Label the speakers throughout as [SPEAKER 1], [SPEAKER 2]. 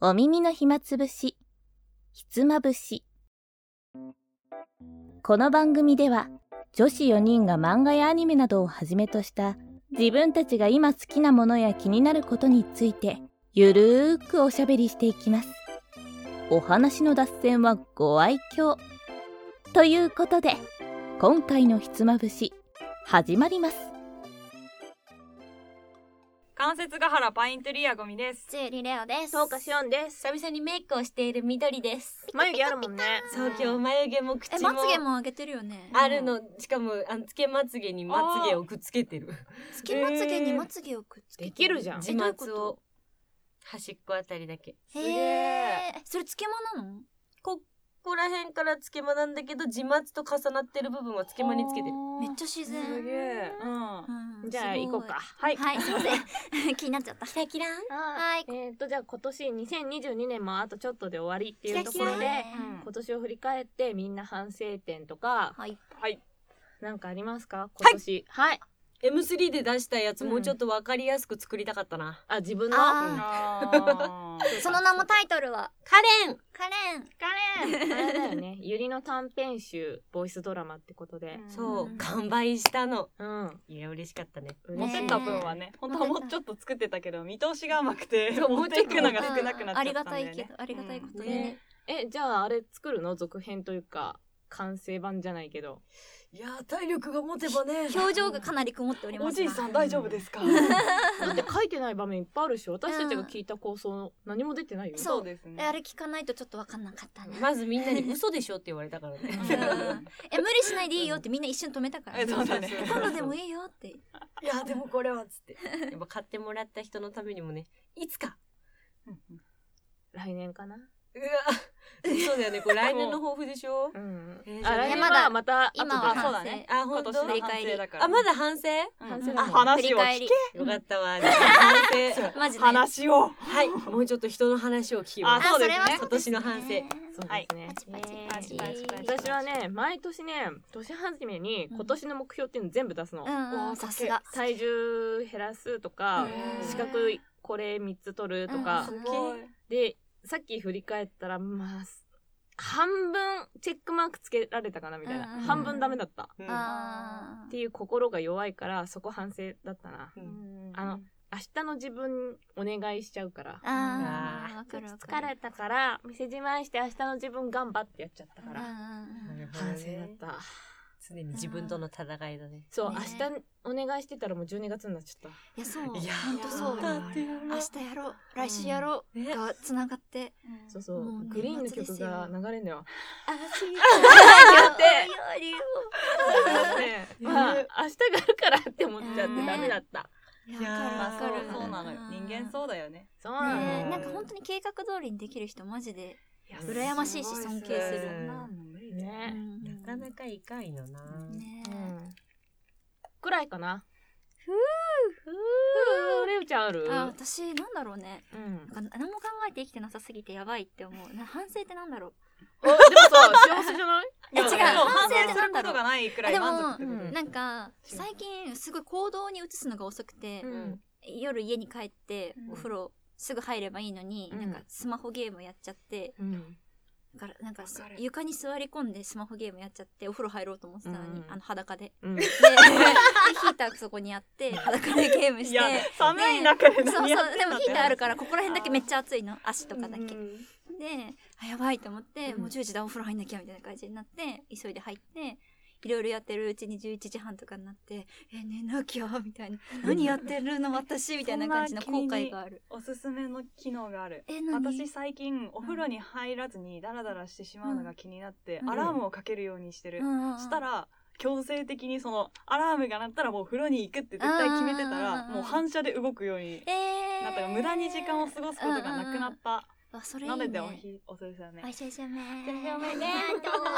[SPEAKER 1] お耳の暇つぶし、ひつまぶし。この番組では、女子4人が漫画やアニメなどをはじめとした、自分たちが今好きなものや気になることについて、ゆるーくおしゃべりしていきます。お話の脱線はご愛嬌。ということで、今回のひつまぶし、始まります。
[SPEAKER 2] 関節ヶ原パイントリアゴミです。
[SPEAKER 3] つゆりレオです。
[SPEAKER 4] そうかしおんです。
[SPEAKER 3] 久々にメイクをしている緑です。
[SPEAKER 4] 眉毛あるもんね。
[SPEAKER 2] そう今日眉毛も
[SPEAKER 3] え、
[SPEAKER 2] 口も
[SPEAKER 3] まつげも上げてるよね。
[SPEAKER 2] あるの、しかもあのつけまつげにまつげをくっつけてる。
[SPEAKER 3] つけまつげにまつげをくっつけて
[SPEAKER 4] できるじゃん
[SPEAKER 2] 自
[SPEAKER 3] えどういうこ
[SPEAKER 2] 末
[SPEAKER 3] と
[SPEAKER 2] を端っこあたりだけ。
[SPEAKER 3] へ
[SPEAKER 4] げ
[SPEAKER 3] え。それつけまなの
[SPEAKER 2] ここら辺からつけまなんだけど自末と重なってる部分はつけまにつけてる。
[SPEAKER 3] めっちゃ自然。
[SPEAKER 4] すげえ。
[SPEAKER 3] う
[SPEAKER 4] うんん。じゃあ
[SPEAKER 3] すごい
[SPEAKER 4] 行こうか。はい。
[SPEAKER 3] はい、すいません。気になっちゃった。キラキラ
[SPEAKER 4] は
[SPEAKER 3] はい
[SPEAKER 4] い。えっとじゃあ今年2022年もあとちょっとで終わりっていうところ
[SPEAKER 3] キラキラ
[SPEAKER 4] で
[SPEAKER 3] ね、
[SPEAKER 4] 今年を振り返ってみんな反省点とか
[SPEAKER 3] はい。
[SPEAKER 4] はい。なんかありますか今年。はい。
[SPEAKER 2] M3 で出したやつ
[SPEAKER 4] うん
[SPEAKER 2] もうちょっとわかりやすく作りたかったな。
[SPEAKER 4] あ自分の。
[SPEAKER 3] あ
[SPEAKER 5] あ ー
[SPEAKER 3] その名もタイトルは、
[SPEAKER 2] カレン
[SPEAKER 3] カレン。
[SPEAKER 4] あれだよ ね。ゆりの短編集ボイスドラマってことで。
[SPEAKER 2] そう、
[SPEAKER 3] うん
[SPEAKER 2] 完売したの。
[SPEAKER 4] うん。
[SPEAKER 2] いや、嬉しかったね。
[SPEAKER 5] 持
[SPEAKER 4] 嬉
[SPEAKER 5] っ
[SPEAKER 4] しい
[SPEAKER 5] て
[SPEAKER 3] ね
[SPEAKER 5] った分はね、本当はもうちょっと作ってたけど、見通しが甘くて、
[SPEAKER 2] そう
[SPEAKER 5] 持っていくのが少なくなっちゃったんだよね。
[SPEAKER 3] ありがたいけど、ありがたいことでね。
[SPEAKER 4] えじゃああれ作るの続編というか完成版じゃないけど。
[SPEAKER 2] いや、体力が持てばね
[SPEAKER 3] 表情がかなり曇っておりますが。
[SPEAKER 5] おじいさん大丈夫ですか
[SPEAKER 4] だって書いてない場面いっぱいあるし私たちが聞いた構想何も出てないよ。
[SPEAKER 3] そう
[SPEAKER 5] ですね
[SPEAKER 3] えあれ聞かないとちょっとわかんなかったな。
[SPEAKER 2] まずみんなに嘘でしょって言われたからね。
[SPEAKER 3] うんえ無理しないでいいよってみんな一瞬止めたから、
[SPEAKER 5] えそうだね
[SPEAKER 3] 今度でもいいよって
[SPEAKER 2] いやでもこれはっつってやっぱ買ってもらった人のためにもねいつか
[SPEAKER 4] 来年かな。
[SPEAKER 2] うわそうだよねこれ来年の抱負でしょ
[SPEAKER 4] うん
[SPEAKER 2] えーじゃあ
[SPEAKER 4] あ来年
[SPEAKER 3] いや
[SPEAKER 4] はまた後で
[SPEAKER 3] 今は
[SPEAKER 5] あそうだ
[SPEAKER 3] 反省、
[SPEAKER 5] ね
[SPEAKER 2] あ本当
[SPEAKER 5] 今年の
[SPEAKER 3] 振り返り
[SPEAKER 5] だから
[SPEAKER 2] あまだ反省
[SPEAKER 5] うん
[SPEAKER 4] 反省
[SPEAKER 5] あ
[SPEAKER 4] だもん
[SPEAKER 5] 話を
[SPEAKER 3] 振
[SPEAKER 5] 聞
[SPEAKER 3] り
[SPEAKER 5] け
[SPEAKER 2] よかったわじゃあ反省
[SPEAKER 3] マジで
[SPEAKER 5] 話を
[SPEAKER 2] はいもうちょっと人の話を聞き
[SPEAKER 5] あ
[SPEAKER 2] ます
[SPEAKER 5] そうですね
[SPEAKER 3] れはそうですね
[SPEAKER 2] 今年の反省
[SPEAKER 4] そうですね。
[SPEAKER 3] パチパチ
[SPEAKER 4] ね
[SPEAKER 3] パチ
[SPEAKER 5] パチパチ
[SPEAKER 4] 私はね毎年ね年始めに今年の目標っていうの全部出すの。
[SPEAKER 3] うんうんさすが
[SPEAKER 4] 体重減らすとか
[SPEAKER 3] うん
[SPEAKER 4] 資格これ3つ取るとか
[SPEAKER 3] う。ん
[SPEAKER 4] でさっき振り返ったらまあ半分チェックマークつけられたかなみたいな
[SPEAKER 3] うん
[SPEAKER 4] 半分ダメだった
[SPEAKER 2] うん
[SPEAKER 3] あ
[SPEAKER 4] っていう心が弱いからそこ反省だったな。
[SPEAKER 2] う
[SPEAKER 5] うんん
[SPEAKER 4] あの明日の自分お願いしちゃうから
[SPEAKER 3] ーあーわかるわか
[SPEAKER 4] 疲
[SPEAKER 3] る
[SPEAKER 4] れたから店じまいして明日の自分頑張ってやっちゃったから
[SPEAKER 3] うんうんうん
[SPEAKER 4] 反省だった
[SPEAKER 2] 常に自分との戦いだね
[SPEAKER 4] そう
[SPEAKER 3] ね
[SPEAKER 4] 明日お願いしてたらもう12月になっちゃっ
[SPEAKER 3] いやそう
[SPEAKER 2] いや
[SPEAKER 3] 本当そう
[SPEAKER 2] だってよ
[SPEAKER 3] 明日やろう来週やろう
[SPEAKER 2] ね
[SPEAKER 3] がつながって
[SPEAKER 4] たそうそう
[SPEAKER 3] もう年末
[SPEAKER 4] グリーンの曲が流れんのよ
[SPEAKER 3] あすぎて
[SPEAKER 4] ねまあ明日があるからって思っちゃって
[SPEAKER 3] ね
[SPEAKER 4] ダメだった
[SPEAKER 3] いやわ
[SPEAKER 5] あ
[SPEAKER 3] か
[SPEAKER 5] そう
[SPEAKER 3] るわかる
[SPEAKER 5] そうなのよ。人間
[SPEAKER 3] う
[SPEAKER 5] そうだよね。
[SPEAKER 4] そう
[SPEAKER 3] ね
[SPEAKER 4] なの
[SPEAKER 3] えなんか本当に計画通りにできる人マジで
[SPEAKER 4] いや
[SPEAKER 3] 羨ましいし
[SPEAKER 5] すご
[SPEAKER 3] 尊
[SPEAKER 5] っ
[SPEAKER 3] 敬
[SPEAKER 5] す
[SPEAKER 3] する
[SPEAKER 5] そんなの無理だよ
[SPEAKER 4] ね
[SPEAKER 3] な
[SPEAKER 2] なかなかいかんよな
[SPEAKER 3] ね
[SPEAKER 4] う
[SPEAKER 3] え
[SPEAKER 4] んくらいかな
[SPEAKER 3] ふ
[SPEAKER 4] ふうレオちゃんある
[SPEAKER 3] あ私なんだろうね
[SPEAKER 4] うん
[SPEAKER 3] なんか何も考えて生きてなさすぎてやばいって思うな反省ってなんだろう
[SPEAKER 4] おでもさ幸せじゃない
[SPEAKER 3] え違う
[SPEAKER 5] でも
[SPEAKER 3] 反
[SPEAKER 5] 反
[SPEAKER 3] 省
[SPEAKER 5] 省
[SPEAKER 3] って
[SPEAKER 5] す
[SPEAKER 3] な
[SPEAKER 5] る
[SPEAKER 3] んだ
[SPEAKER 5] こ
[SPEAKER 3] ろう
[SPEAKER 5] とがないくらい満足ってこと
[SPEAKER 4] うん
[SPEAKER 3] なんか最近すごい行動に移すのが遅くて、
[SPEAKER 4] うん
[SPEAKER 3] 夜家に帰って
[SPEAKER 5] うん
[SPEAKER 3] お風呂すぐ入ればいいのに、
[SPEAKER 4] うん
[SPEAKER 3] なんかスマホゲームやっちゃって
[SPEAKER 4] うん
[SPEAKER 3] だからなんかそ
[SPEAKER 5] わかる
[SPEAKER 3] 床に座り込んでスマホゲームやっちゃってお風呂入ろうと思ってたのに、
[SPEAKER 4] うん
[SPEAKER 3] あの裸で
[SPEAKER 4] うん
[SPEAKER 3] ででヒーターそこにあって裸でゲームし
[SPEAKER 5] い
[SPEAKER 3] て
[SPEAKER 5] や、寒い 中で
[SPEAKER 3] そうそう
[SPEAKER 5] 何
[SPEAKER 3] で
[SPEAKER 5] やってん
[SPEAKER 3] も
[SPEAKER 5] のっ
[SPEAKER 3] ヒ
[SPEAKER 5] て
[SPEAKER 3] ーターあるからここら辺だけめっちゃ暑いの足とかだけ、
[SPEAKER 4] うん
[SPEAKER 3] であやばいと思って、
[SPEAKER 4] うん
[SPEAKER 3] もう10時だお風呂入んなきゃみたいな感じになって急いで入っていろいろやってるうちに11時半とかになって「え寝なきゃ」みたいな「何やってるの私」みたいな感じの後悔がある。
[SPEAKER 5] おすすめの機能がある。
[SPEAKER 3] え何
[SPEAKER 5] 私最近お風呂に入らずにダラダラしてしまうのが気になって、
[SPEAKER 3] うん
[SPEAKER 5] アラームをかけるようにしてる、
[SPEAKER 3] うん
[SPEAKER 5] したら強制的にそのアラームが鳴ったらもう風呂に行くって絶対決めて
[SPEAKER 3] う
[SPEAKER 5] た
[SPEAKER 3] んうん
[SPEAKER 5] ら
[SPEAKER 3] うんうん
[SPEAKER 5] もう反射で動くように
[SPEAKER 3] えー、
[SPEAKER 5] なったから無駄に時間を過ごすことがなくなった、
[SPEAKER 3] た、あそれいい
[SPEAKER 5] な
[SPEAKER 3] ね
[SPEAKER 5] のでおひおすすめ
[SPEAKER 3] あしゃしゃめ
[SPEAKER 1] しゃしゃめ
[SPEAKER 3] ね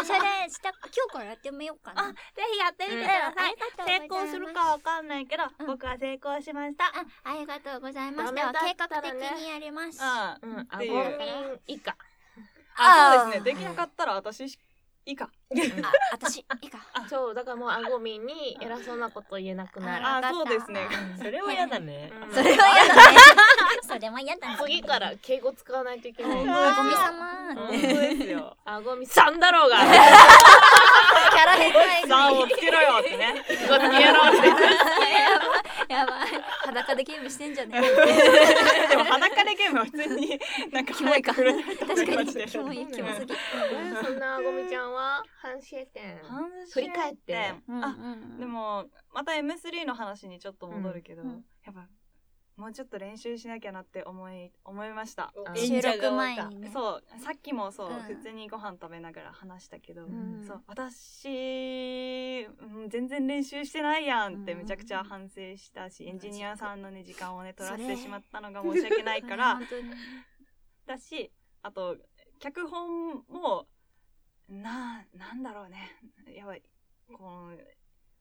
[SPEAKER 3] おしゃれした今日からやってみようかな
[SPEAKER 1] ぜひやって
[SPEAKER 4] みてく
[SPEAKER 3] ださい
[SPEAKER 1] 成功するかわかんないけど、
[SPEAKER 3] うん
[SPEAKER 1] 僕は成功しました。
[SPEAKER 3] ありがとうございます
[SPEAKER 4] ダ
[SPEAKER 3] で
[SPEAKER 4] メだ
[SPEAKER 3] は
[SPEAKER 4] ったらね
[SPEAKER 3] 計画的にやります、
[SPEAKER 5] あ
[SPEAKER 4] うん、あ
[SPEAKER 5] っ
[SPEAKER 4] ご
[SPEAKER 5] て
[SPEAKER 4] み
[SPEAKER 5] いうん
[SPEAKER 4] 以下。
[SPEAKER 5] あそうです
[SPEAKER 3] あ
[SPEAKER 5] ねできなかったら私し以下
[SPEAKER 3] あ私いいか
[SPEAKER 4] そう、だからもうあごみんに偉そうなこと言えなくなる。
[SPEAKER 3] あ
[SPEAKER 5] あそうですね
[SPEAKER 3] わかった
[SPEAKER 2] それは嫌だね
[SPEAKER 4] うん
[SPEAKER 3] それは嫌だね。それも嫌だな
[SPEAKER 4] 次から敬語使わないといけない。
[SPEAKER 3] あゴミ
[SPEAKER 5] 本
[SPEAKER 3] 様
[SPEAKER 5] 当です よ。
[SPEAKER 4] あごみさんだろうが。
[SPEAKER 3] キャラ変態
[SPEAKER 5] さあ、をつけろよってね。
[SPEAKER 4] ごつけ野郎って
[SPEAKER 3] やばいやばい裸でゲームしてんじゃね
[SPEAKER 5] でも裸でゲームは普通になんか
[SPEAKER 3] キモいか
[SPEAKER 5] 早く触れないと思
[SPEAKER 3] 確
[SPEAKER 5] い
[SPEAKER 3] か
[SPEAKER 5] ま
[SPEAKER 3] に
[SPEAKER 5] す
[SPEAKER 3] キモいキモすぎ
[SPEAKER 4] そんなあごみちゃんは反省点。振り返って
[SPEAKER 5] あ、で
[SPEAKER 3] も
[SPEAKER 5] もまた M3 の話にちょっと戻るけど、
[SPEAKER 3] うんうん
[SPEAKER 5] やっぱもうちょっと練習しなきゃなって思い思いました。
[SPEAKER 4] あ
[SPEAKER 3] 収録前にね
[SPEAKER 5] そうさっきもそう、
[SPEAKER 3] うん
[SPEAKER 5] 普通にご飯食べながら話したけど、
[SPEAKER 4] ん
[SPEAKER 5] そう私、うん全然練習してないやんっ
[SPEAKER 3] う
[SPEAKER 5] て
[SPEAKER 3] ん
[SPEAKER 5] めちゃくちゃ反省したし、エンジニアさんのね時間をね取らせ
[SPEAKER 3] それ
[SPEAKER 5] てしまったのが申し訳ないから
[SPEAKER 3] 本当に
[SPEAKER 5] だしあと脚本もななんだろうねやばいこの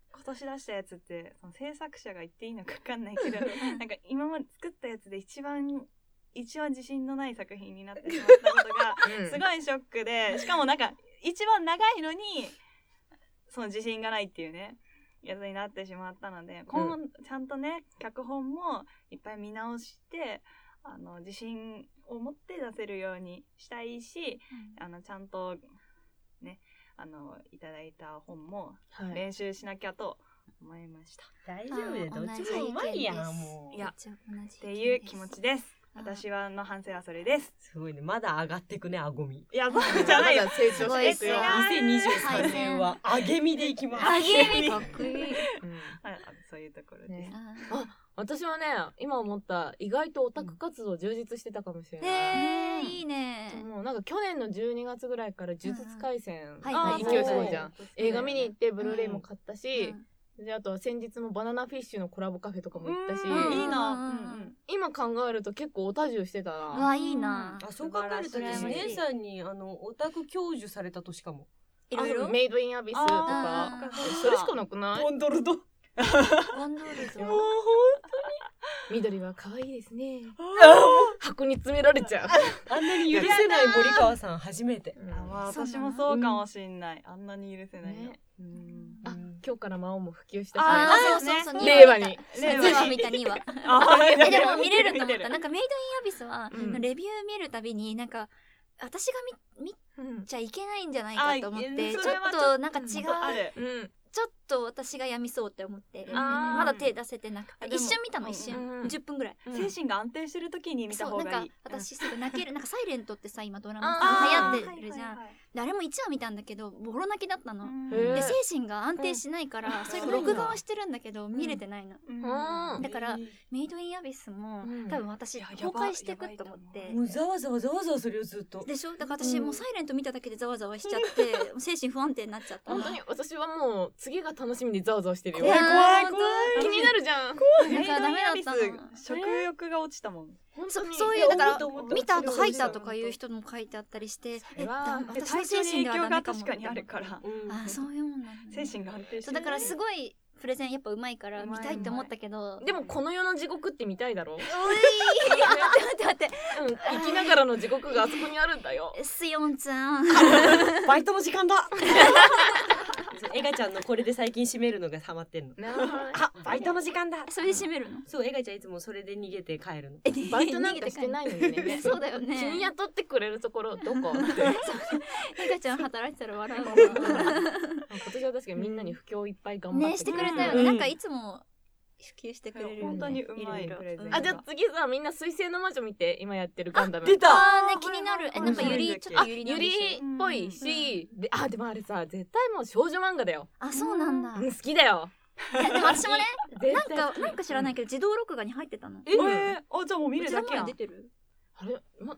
[SPEAKER 5] 今年出したやつってその制作者が言っていいのか分かんないけどなんか今まで作ったやつで一番一番自信のない作品になってしまったことが
[SPEAKER 4] うん
[SPEAKER 5] すごいショックでしかもなんか一番長いのにその自信がないっていうねやつになってしまったので今後ちゃんとね脚本もいっぱい見直してあの自信を持って出せるようにしたいしあのちゃんとねあのいただいた本も
[SPEAKER 6] はい
[SPEAKER 5] 練習しなきゃと思いました、
[SPEAKER 6] 大丈夫でどっちもうまいやんもう
[SPEAKER 5] いや
[SPEAKER 3] っ
[SPEAKER 5] っていう気持ちです
[SPEAKER 3] あー
[SPEAKER 5] 私はの反省はそれです
[SPEAKER 6] すごいねまだ上がってくねあごみ
[SPEAKER 5] いやそうじゃないよ
[SPEAKER 6] まだ成長していくよ
[SPEAKER 3] すごいっす
[SPEAKER 6] 2023年は上げみでいきます
[SPEAKER 3] あげみかっこいい
[SPEAKER 4] うん
[SPEAKER 5] はいあそういうところです、
[SPEAKER 4] ね
[SPEAKER 3] あ
[SPEAKER 4] 私はね今思った意外とオタク活動充実してたかもしれ
[SPEAKER 3] ー
[SPEAKER 4] ない。
[SPEAKER 3] ねえいいね
[SPEAKER 4] もうなんか去年の12月ぐらいから呪術廻戦
[SPEAKER 3] はい
[SPEAKER 4] の
[SPEAKER 3] はい
[SPEAKER 4] 勢いすごいじゃん
[SPEAKER 5] そうそう
[SPEAKER 4] 映画見に行ってブルーレイも買ったし
[SPEAKER 3] うん、
[SPEAKER 4] であとは先日もバナナフィッシュのコラボカフェとかも行ったし
[SPEAKER 5] うんいい
[SPEAKER 3] うん
[SPEAKER 5] な。
[SPEAKER 4] 今考えると結構オタ充してた
[SPEAKER 3] う
[SPEAKER 4] な
[SPEAKER 3] わいいな
[SPEAKER 6] あそう考えるとね
[SPEAKER 4] 素晴らしい
[SPEAKER 6] ね
[SPEAKER 2] 姉さんにあのオタク教授されたとしかも
[SPEAKER 3] いろいろ
[SPEAKER 4] メイドインアビスとか
[SPEAKER 3] あー
[SPEAKER 4] それしかなくない
[SPEAKER 6] ボンドルド
[SPEAKER 3] ゴンドールズ
[SPEAKER 6] もう
[SPEAKER 4] 緑は可愛いですね箱に詰められちゃう
[SPEAKER 6] あんなに許せない森川さん初めて
[SPEAKER 5] あまあ
[SPEAKER 3] そうなの
[SPEAKER 5] 私もそうかもしんない。あんなに許せないの
[SPEAKER 4] ね。
[SPEAKER 5] うん
[SPEAKER 4] あ今日から魔王も普及し
[SPEAKER 5] あ
[SPEAKER 4] た
[SPEAKER 5] ーそうね
[SPEAKER 4] し令和
[SPEAKER 3] に
[SPEAKER 4] に
[SPEAKER 5] 令
[SPEAKER 3] 2話見た2話
[SPEAKER 5] あ早い
[SPEAKER 3] えでも見れると思っ
[SPEAKER 5] 見て
[SPEAKER 3] たなんかメイドインアビスは、
[SPEAKER 4] うん
[SPEAKER 3] レビュー見るたびになんか私が見見
[SPEAKER 4] うん
[SPEAKER 3] ちゃいけないんじゃないかと思って
[SPEAKER 5] あ
[SPEAKER 3] ちょ
[SPEAKER 5] いや
[SPEAKER 3] っ
[SPEAKER 5] それは
[SPEAKER 3] となんか違う
[SPEAKER 5] ちょっとある。
[SPEAKER 4] うん
[SPEAKER 3] ちょっと私がやみそうって思って
[SPEAKER 5] あー
[SPEAKER 3] まだ手出せてなくて
[SPEAKER 5] あでも
[SPEAKER 3] 一瞬見たの
[SPEAKER 5] うん
[SPEAKER 3] 一瞬、
[SPEAKER 4] うん
[SPEAKER 3] 10分ぐらい、
[SPEAKER 5] 精神が安定してる時に見た
[SPEAKER 3] そ
[SPEAKER 5] 方
[SPEAKER 3] うな
[SPEAKER 5] が
[SPEAKER 3] ん
[SPEAKER 5] い
[SPEAKER 3] か
[SPEAKER 5] い。
[SPEAKER 3] 私すぐ泣けるなんか「サイレントってさ今ドラマ
[SPEAKER 4] あ
[SPEAKER 3] 流行ってるじゃん、
[SPEAKER 5] ん。はいはい
[SPEAKER 3] であれも1話見たんだけどボロ泣きだったの、
[SPEAKER 5] はい
[SPEAKER 4] へ
[SPEAKER 3] で
[SPEAKER 4] ー
[SPEAKER 3] 精神が安定しないから、
[SPEAKER 6] うん
[SPEAKER 3] それ
[SPEAKER 6] そうなんだ
[SPEAKER 3] 録画はしてるんだけど見れてないの、
[SPEAKER 5] うん
[SPEAKER 4] うん
[SPEAKER 3] だから
[SPEAKER 5] いい
[SPEAKER 3] メイドインアビスも、
[SPEAKER 4] うん
[SPEAKER 3] 多分私
[SPEAKER 5] いや
[SPEAKER 3] 崩
[SPEAKER 5] やば
[SPEAKER 3] 壊してくと思っ
[SPEAKER 5] やば
[SPEAKER 3] て
[SPEAKER 5] い
[SPEAKER 6] もうざわざわざわざわするよずっと
[SPEAKER 3] でしょだから私もう「サイレント見ただけでざわざわしちゃって、精神不安定になっちゃった
[SPEAKER 4] 本当に私はもう次が楽しみでざわざわしてるよ
[SPEAKER 3] 怖い
[SPEAKER 5] 怖い怖い
[SPEAKER 4] 気になるじゃん
[SPEAKER 5] メ
[SPEAKER 3] な
[SPEAKER 5] イ
[SPEAKER 3] ん
[SPEAKER 5] ド
[SPEAKER 3] かダメだ
[SPEAKER 5] イ
[SPEAKER 3] っ
[SPEAKER 5] ン
[SPEAKER 3] た
[SPEAKER 5] ア
[SPEAKER 3] の
[SPEAKER 5] ビス食欲が落ちたもん。
[SPEAKER 4] 本当
[SPEAKER 3] そ
[SPEAKER 4] に
[SPEAKER 3] そう
[SPEAKER 2] い
[SPEAKER 3] いう
[SPEAKER 2] や
[SPEAKER 3] だか
[SPEAKER 2] 思った
[SPEAKER 3] ら
[SPEAKER 2] 思った
[SPEAKER 3] 見た後
[SPEAKER 2] そう
[SPEAKER 3] 吐
[SPEAKER 2] いう
[SPEAKER 3] いたとかいう人も書いてあったりして
[SPEAKER 4] そ
[SPEAKER 3] え
[SPEAKER 4] れは
[SPEAKER 3] だ
[SPEAKER 5] で
[SPEAKER 3] 私の
[SPEAKER 5] 対象
[SPEAKER 3] 精神
[SPEAKER 5] に影
[SPEAKER 3] では
[SPEAKER 5] 響
[SPEAKER 3] ダメ
[SPEAKER 5] が
[SPEAKER 3] かも
[SPEAKER 5] 確かにあるから。
[SPEAKER 2] うん
[SPEAKER 3] あそういうもんなんだ
[SPEAKER 5] 精
[SPEAKER 3] ね
[SPEAKER 5] 神が安定して
[SPEAKER 3] そう
[SPEAKER 5] る。
[SPEAKER 3] だからすごいプレゼンやっぱうまいから
[SPEAKER 5] うま
[SPEAKER 3] 見
[SPEAKER 5] い
[SPEAKER 3] たいって思ったけど
[SPEAKER 4] でもこの世の地獄って見たいだろう、
[SPEAKER 3] おい 待って待って待って
[SPEAKER 4] うん、生きながらの地獄があそこにあるんだよ
[SPEAKER 3] えスヨンちゃん
[SPEAKER 6] バイトも時間だそうエガちゃんのこれで最近締めるのがハマってんの あバイトの時間だ
[SPEAKER 3] それで締めるの
[SPEAKER 6] そうエガちゃんいつもそれで逃げて帰るの
[SPEAKER 4] バイトなんかしてないいのにね
[SPEAKER 3] そうだよね
[SPEAKER 4] 君雇ってくれるところど こって
[SPEAKER 3] リカちゃん働いてたら笑うわ
[SPEAKER 4] 今年は確かにみんなに不況いっぱい頑張
[SPEAKER 3] ね
[SPEAKER 4] って
[SPEAKER 3] してくれたよね、
[SPEAKER 6] うん
[SPEAKER 3] なんかいつも普及してくれるよね
[SPEAKER 5] 本当にうまいプレゼン
[SPEAKER 4] あじゃあ次さみんな水星の魔女見て今やってるガンダム
[SPEAKER 6] 出た
[SPEAKER 3] あーね気になるえなんかゆりちょっ
[SPEAKER 4] あ
[SPEAKER 3] とゆり
[SPEAKER 4] ゆりっぽいし、であでもあれさ絶対もう少女漫画だよ、
[SPEAKER 3] あそうなんだ
[SPEAKER 4] うん、好きだよ
[SPEAKER 3] いやでも私も ね
[SPEAKER 4] 絶
[SPEAKER 3] な
[SPEAKER 4] 対
[SPEAKER 3] んかなんか知らないけど自動録画に入ってたの
[SPEAKER 5] えーあじゃあもう見るだけや。
[SPEAKER 3] うんちらの前出てる
[SPEAKER 4] あれな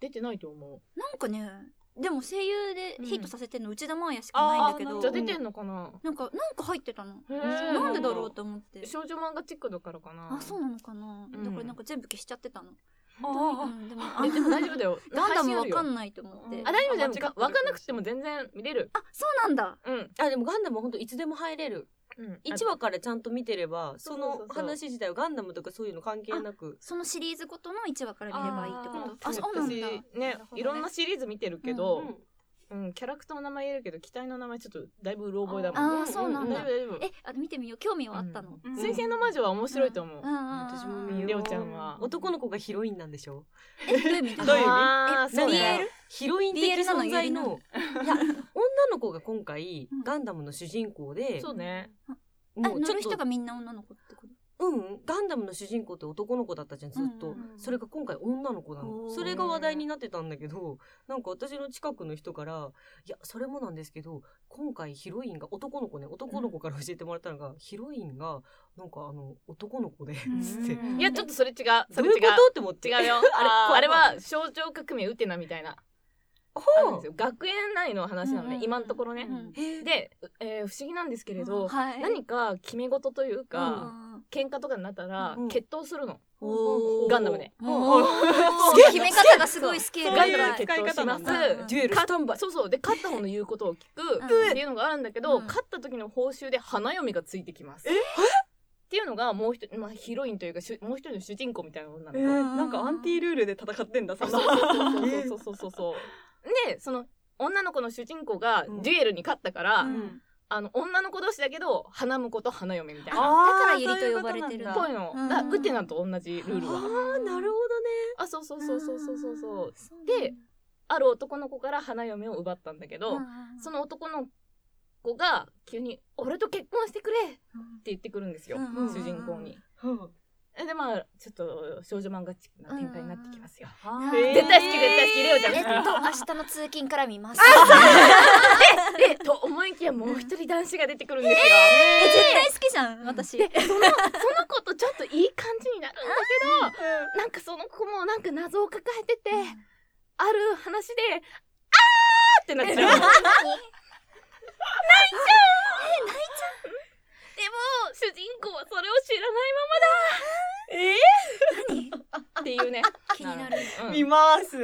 [SPEAKER 4] 出てないと思う
[SPEAKER 3] なんかねでも声優でヒットさせてんの内田真礼しかないんだけど、
[SPEAKER 5] あ
[SPEAKER 4] じゃあ
[SPEAKER 5] ーなるほ
[SPEAKER 4] 出
[SPEAKER 5] ど
[SPEAKER 4] てんのかな、
[SPEAKER 3] なんかなんか入ってたの
[SPEAKER 4] へー
[SPEAKER 3] なんでだろうと思って
[SPEAKER 4] 少女漫画チックだからかな
[SPEAKER 3] あそうなのかな、
[SPEAKER 4] うん
[SPEAKER 3] だからなんか全部消しちゃってたの、
[SPEAKER 5] あー
[SPEAKER 3] うんでも
[SPEAKER 4] えでも大丈夫だよ
[SPEAKER 3] ガンダムわか
[SPEAKER 4] ない
[SPEAKER 3] んないと思って
[SPEAKER 5] うん
[SPEAKER 4] あ大丈夫だよ
[SPEAKER 5] 間違ってる
[SPEAKER 4] わかんなくても全然見れる
[SPEAKER 3] あそうなんだ
[SPEAKER 4] うん、
[SPEAKER 2] あでもガンダムは本当いつでも入れる
[SPEAKER 4] うん、
[SPEAKER 2] 1話からちゃんと見てれば
[SPEAKER 4] そ
[SPEAKER 2] そう
[SPEAKER 4] そうそう
[SPEAKER 2] の話自体はガンダムとかそういうの関係なく
[SPEAKER 3] そのシリーズごとの1話から見ればいいってこ
[SPEAKER 5] あ
[SPEAKER 3] とあそうなんだ
[SPEAKER 4] 私ね
[SPEAKER 5] なるほどね
[SPEAKER 4] いろんなシリーズ見てるけど、
[SPEAKER 2] うん
[SPEAKER 4] うん、キャラクターの名前言えるけど機体の名前ちょっとだいぶうろ覚えだもんね
[SPEAKER 3] ああそうなん
[SPEAKER 4] だい
[SPEAKER 3] だ
[SPEAKER 4] ぶ大丈夫
[SPEAKER 3] えあ見てみよう興味はあったの、
[SPEAKER 5] うん
[SPEAKER 4] 水星の魔女は面白いと思う、
[SPEAKER 6] 私も見よう
[SPEAKER 4] りょうちゃんは
[SPEAKER 6] 男の子がヒロインなんでしょ
[SPEAKER 3] えどういう意 味
[SPEAKER 6] どういう意味
[SPEAKER 4] あー
[SPEAKER 3] え
[SPEAKER 4] そうだ
[SPEAKER 3] 見え
[SPEAKER 4] よ
[SPEAKER 3] る
[SPEAKER 6] ヒロイン的
[SPEAKER 3] BL なの
[SPEAKER 6] 存在
[SPEAKER 3] ゆ
[SPEAKER 6] のいや女の子が今回
[SPEAKER 3] うん
[SPEAKER 6] ガンダムの主人公で
[SPEAKER 4] そうね
[SPEAKER 3] あ
[SPEAKER 6] もう
[SPEAKER 3] 乗る
[SPEAKER 6] ちょ
[SPEAKER 3] 人
[SPEAKER 6] っと
[SPEAKER 3] がみんな女の子ってこと
[SPEAKER 6] うんガンダムの主人公って男の子だったじゃんずっ
[SPEAKER 3] う
[SPEAKER 6] と
[SPEAKER 3] んうん
[SPEAKER 5] うん
[SPEAKER 6] それが今回女の子な
[SPEAKER 3] お
[SPEAKER 6] の
[SPEAKER 3] ー
[SPEAKER 6] それが話題になってたんだけどなんか私の近くの人からいやそれもなんですけど今回ヒロインが男の子ね男の子から教えてもらったのがヒロインがなんかあの男の子でつって
[SPEAKER 4] いやちょっとそれ違うそ
[SPEAKER 6] どうい
[SPEAKER 4] れ
[SPEAKER 6] う
[SPEAKER 4] 違
[SPEAKER 6] こ
[SPEAKER 4] う
[SPEAKER 6] とって思って
[SPEAKER 4] 違うよあーあれは象徴革命ウテナみたいなあるんですよ学園内の話
[SPEAKER 3] う
[SPEAKER 4] なの
[SPEAKER 3] んうん
[SPEAKER 4] ね
[SPEAKER 3] うん
[SPEAKER 4] 今のところね
[SPEAKER 3] うん
[SPEAKER 6] へー
[SPEAKER 4] で、えー不思議なんですけれど
[SPEAKER 3] はい
[SPEAKER 4] 何か決め事という
[SPEAKER 3] う
[SPEAKER 4] か
[SPEAKER 3] んうん
[SPEAKER 4] 喧嘩とかになったら
[SPEAKER 6] うん
[SPEAKER 4] 決闘するの
[SPEAKER 6] おー
[SPEAKER 4] ガンダムで
[SPEAKER 3] お
[SPEAKER 6] すげえ
[SPEAKER 3] ー決め方がすごいスケール
[SPEAKER 4] ガンダム
[SPEAKER 3] が
[SPEAKER 4] で決闘します
[SPEAKER 3] そういう使い方なんだ
[SPEAKER 6] デュエルスタンバイ
[SPEAKER 4] そうそうで勝った方の言うことを聞く
[SPEAKER 3] うん
[SPEAKER 4] っていうのがあるんだけど、
[SPEAKER 3] うん
[SPEAKER 4] 勝った時の報酬で花嫁がついてきます。っていうのがもう一人、まあ、ヒロインというか主もう一人の主人公みたいな女の子。
[SPEAKER 5] えーなんかアンティルールで戦ってんだそんな
[SPEAKER 4] そうそうそうそうそうそう。でその女の子の主人公が
[SPEAKER 6] うん
[SPEAKER 4] デュエルに勝ったから、
[SPEAKER 5] うん
[SPEAKER 4] あの女の子同士だけど花婿と花嫁みたいな。
[SPEAKER 5] あー
[SPEAKER 3] だからゆりと呼ばれてるんだ
[SPEAKER 4] ぽいの、
[SPEAKER 3] うん
[SPEAKER 4] だからウテナと同じルールは
[SPEAKER 6] あーなるほどね
[SPEAKER 4] あそうそうそうそうそうそうそう
[SPEAKER 3] そうなんだ
[SPEAKER 4] である男の子から花嫁を奪ったんだけ
[SPEAKER 3] う
[SPEAKER 4] ど、
[SPEAKER 3] んうんうん
[SPEAKER 4] その男の子が急に「俺と結婚してくれ!」って言ってくるんですよ、
[SPEAKER 3] うんうんうん
[SPEAKER 4] 主人公に。
[SPEAKER 6] は
[SPEAKER 4] えでまあちょっと少女漫画チックな展開になってきますよ。
[SPEAKER 6] あ
[SPEAKER 3] うん
[SPEAKER 4] 絶対好き絶対好きレオちゃん
[SPEAKER 3] えっと
[SPEAKER 4] 好
[SPEAKER 3] 明日の通勤から見ます
[SPEAKER 4] き。でと思いきやもう一人男子が出てくるんですよ。
[SPEAKER 3] え絶対好きじゃん私
[SPEAKER 4] でそのその子とちょっといい感じになるんだけどなんかその子もなんか謎を抱えてて、ある話で「あー!」ってなっちゃう。泣いちゃう泣いちゃうでも主人公はそれを知らないままだえー、何っていうね
[SPEAKER 3] 気になる
[SPEAKER 4] うん
[SPEAKER 5] 見ます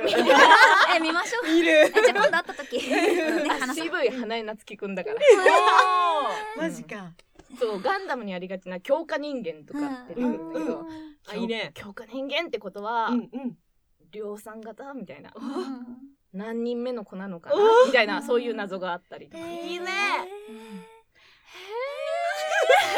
[SPEAKER 3] え見ましょう
[SPEAKER 5] 見る
[SPEAKER 3] えじゃあ今度会った時ね話そう
[SPEAKER 4] 渋い花江夏樹くんだからマジ
[SPEAKER 6] か
[SPEAKER 4] そうガンダムにありがちな強化人間とかって出てくるんだけど、
[SPEAKER 6] うあ
[SPEAKER 4] 強
[SPEAKER 6] いいね
[SPEAKER 4] 強化人間ってことは、
[SPEAKER 6] うんうん
[SPEAKER 4] 量産型みたいな
[SPEAKER 3] うん
[SPEAKER 4] 何人目の子なのかなみたいなそういう謎があったりとか
[SPEAKER 3] いいね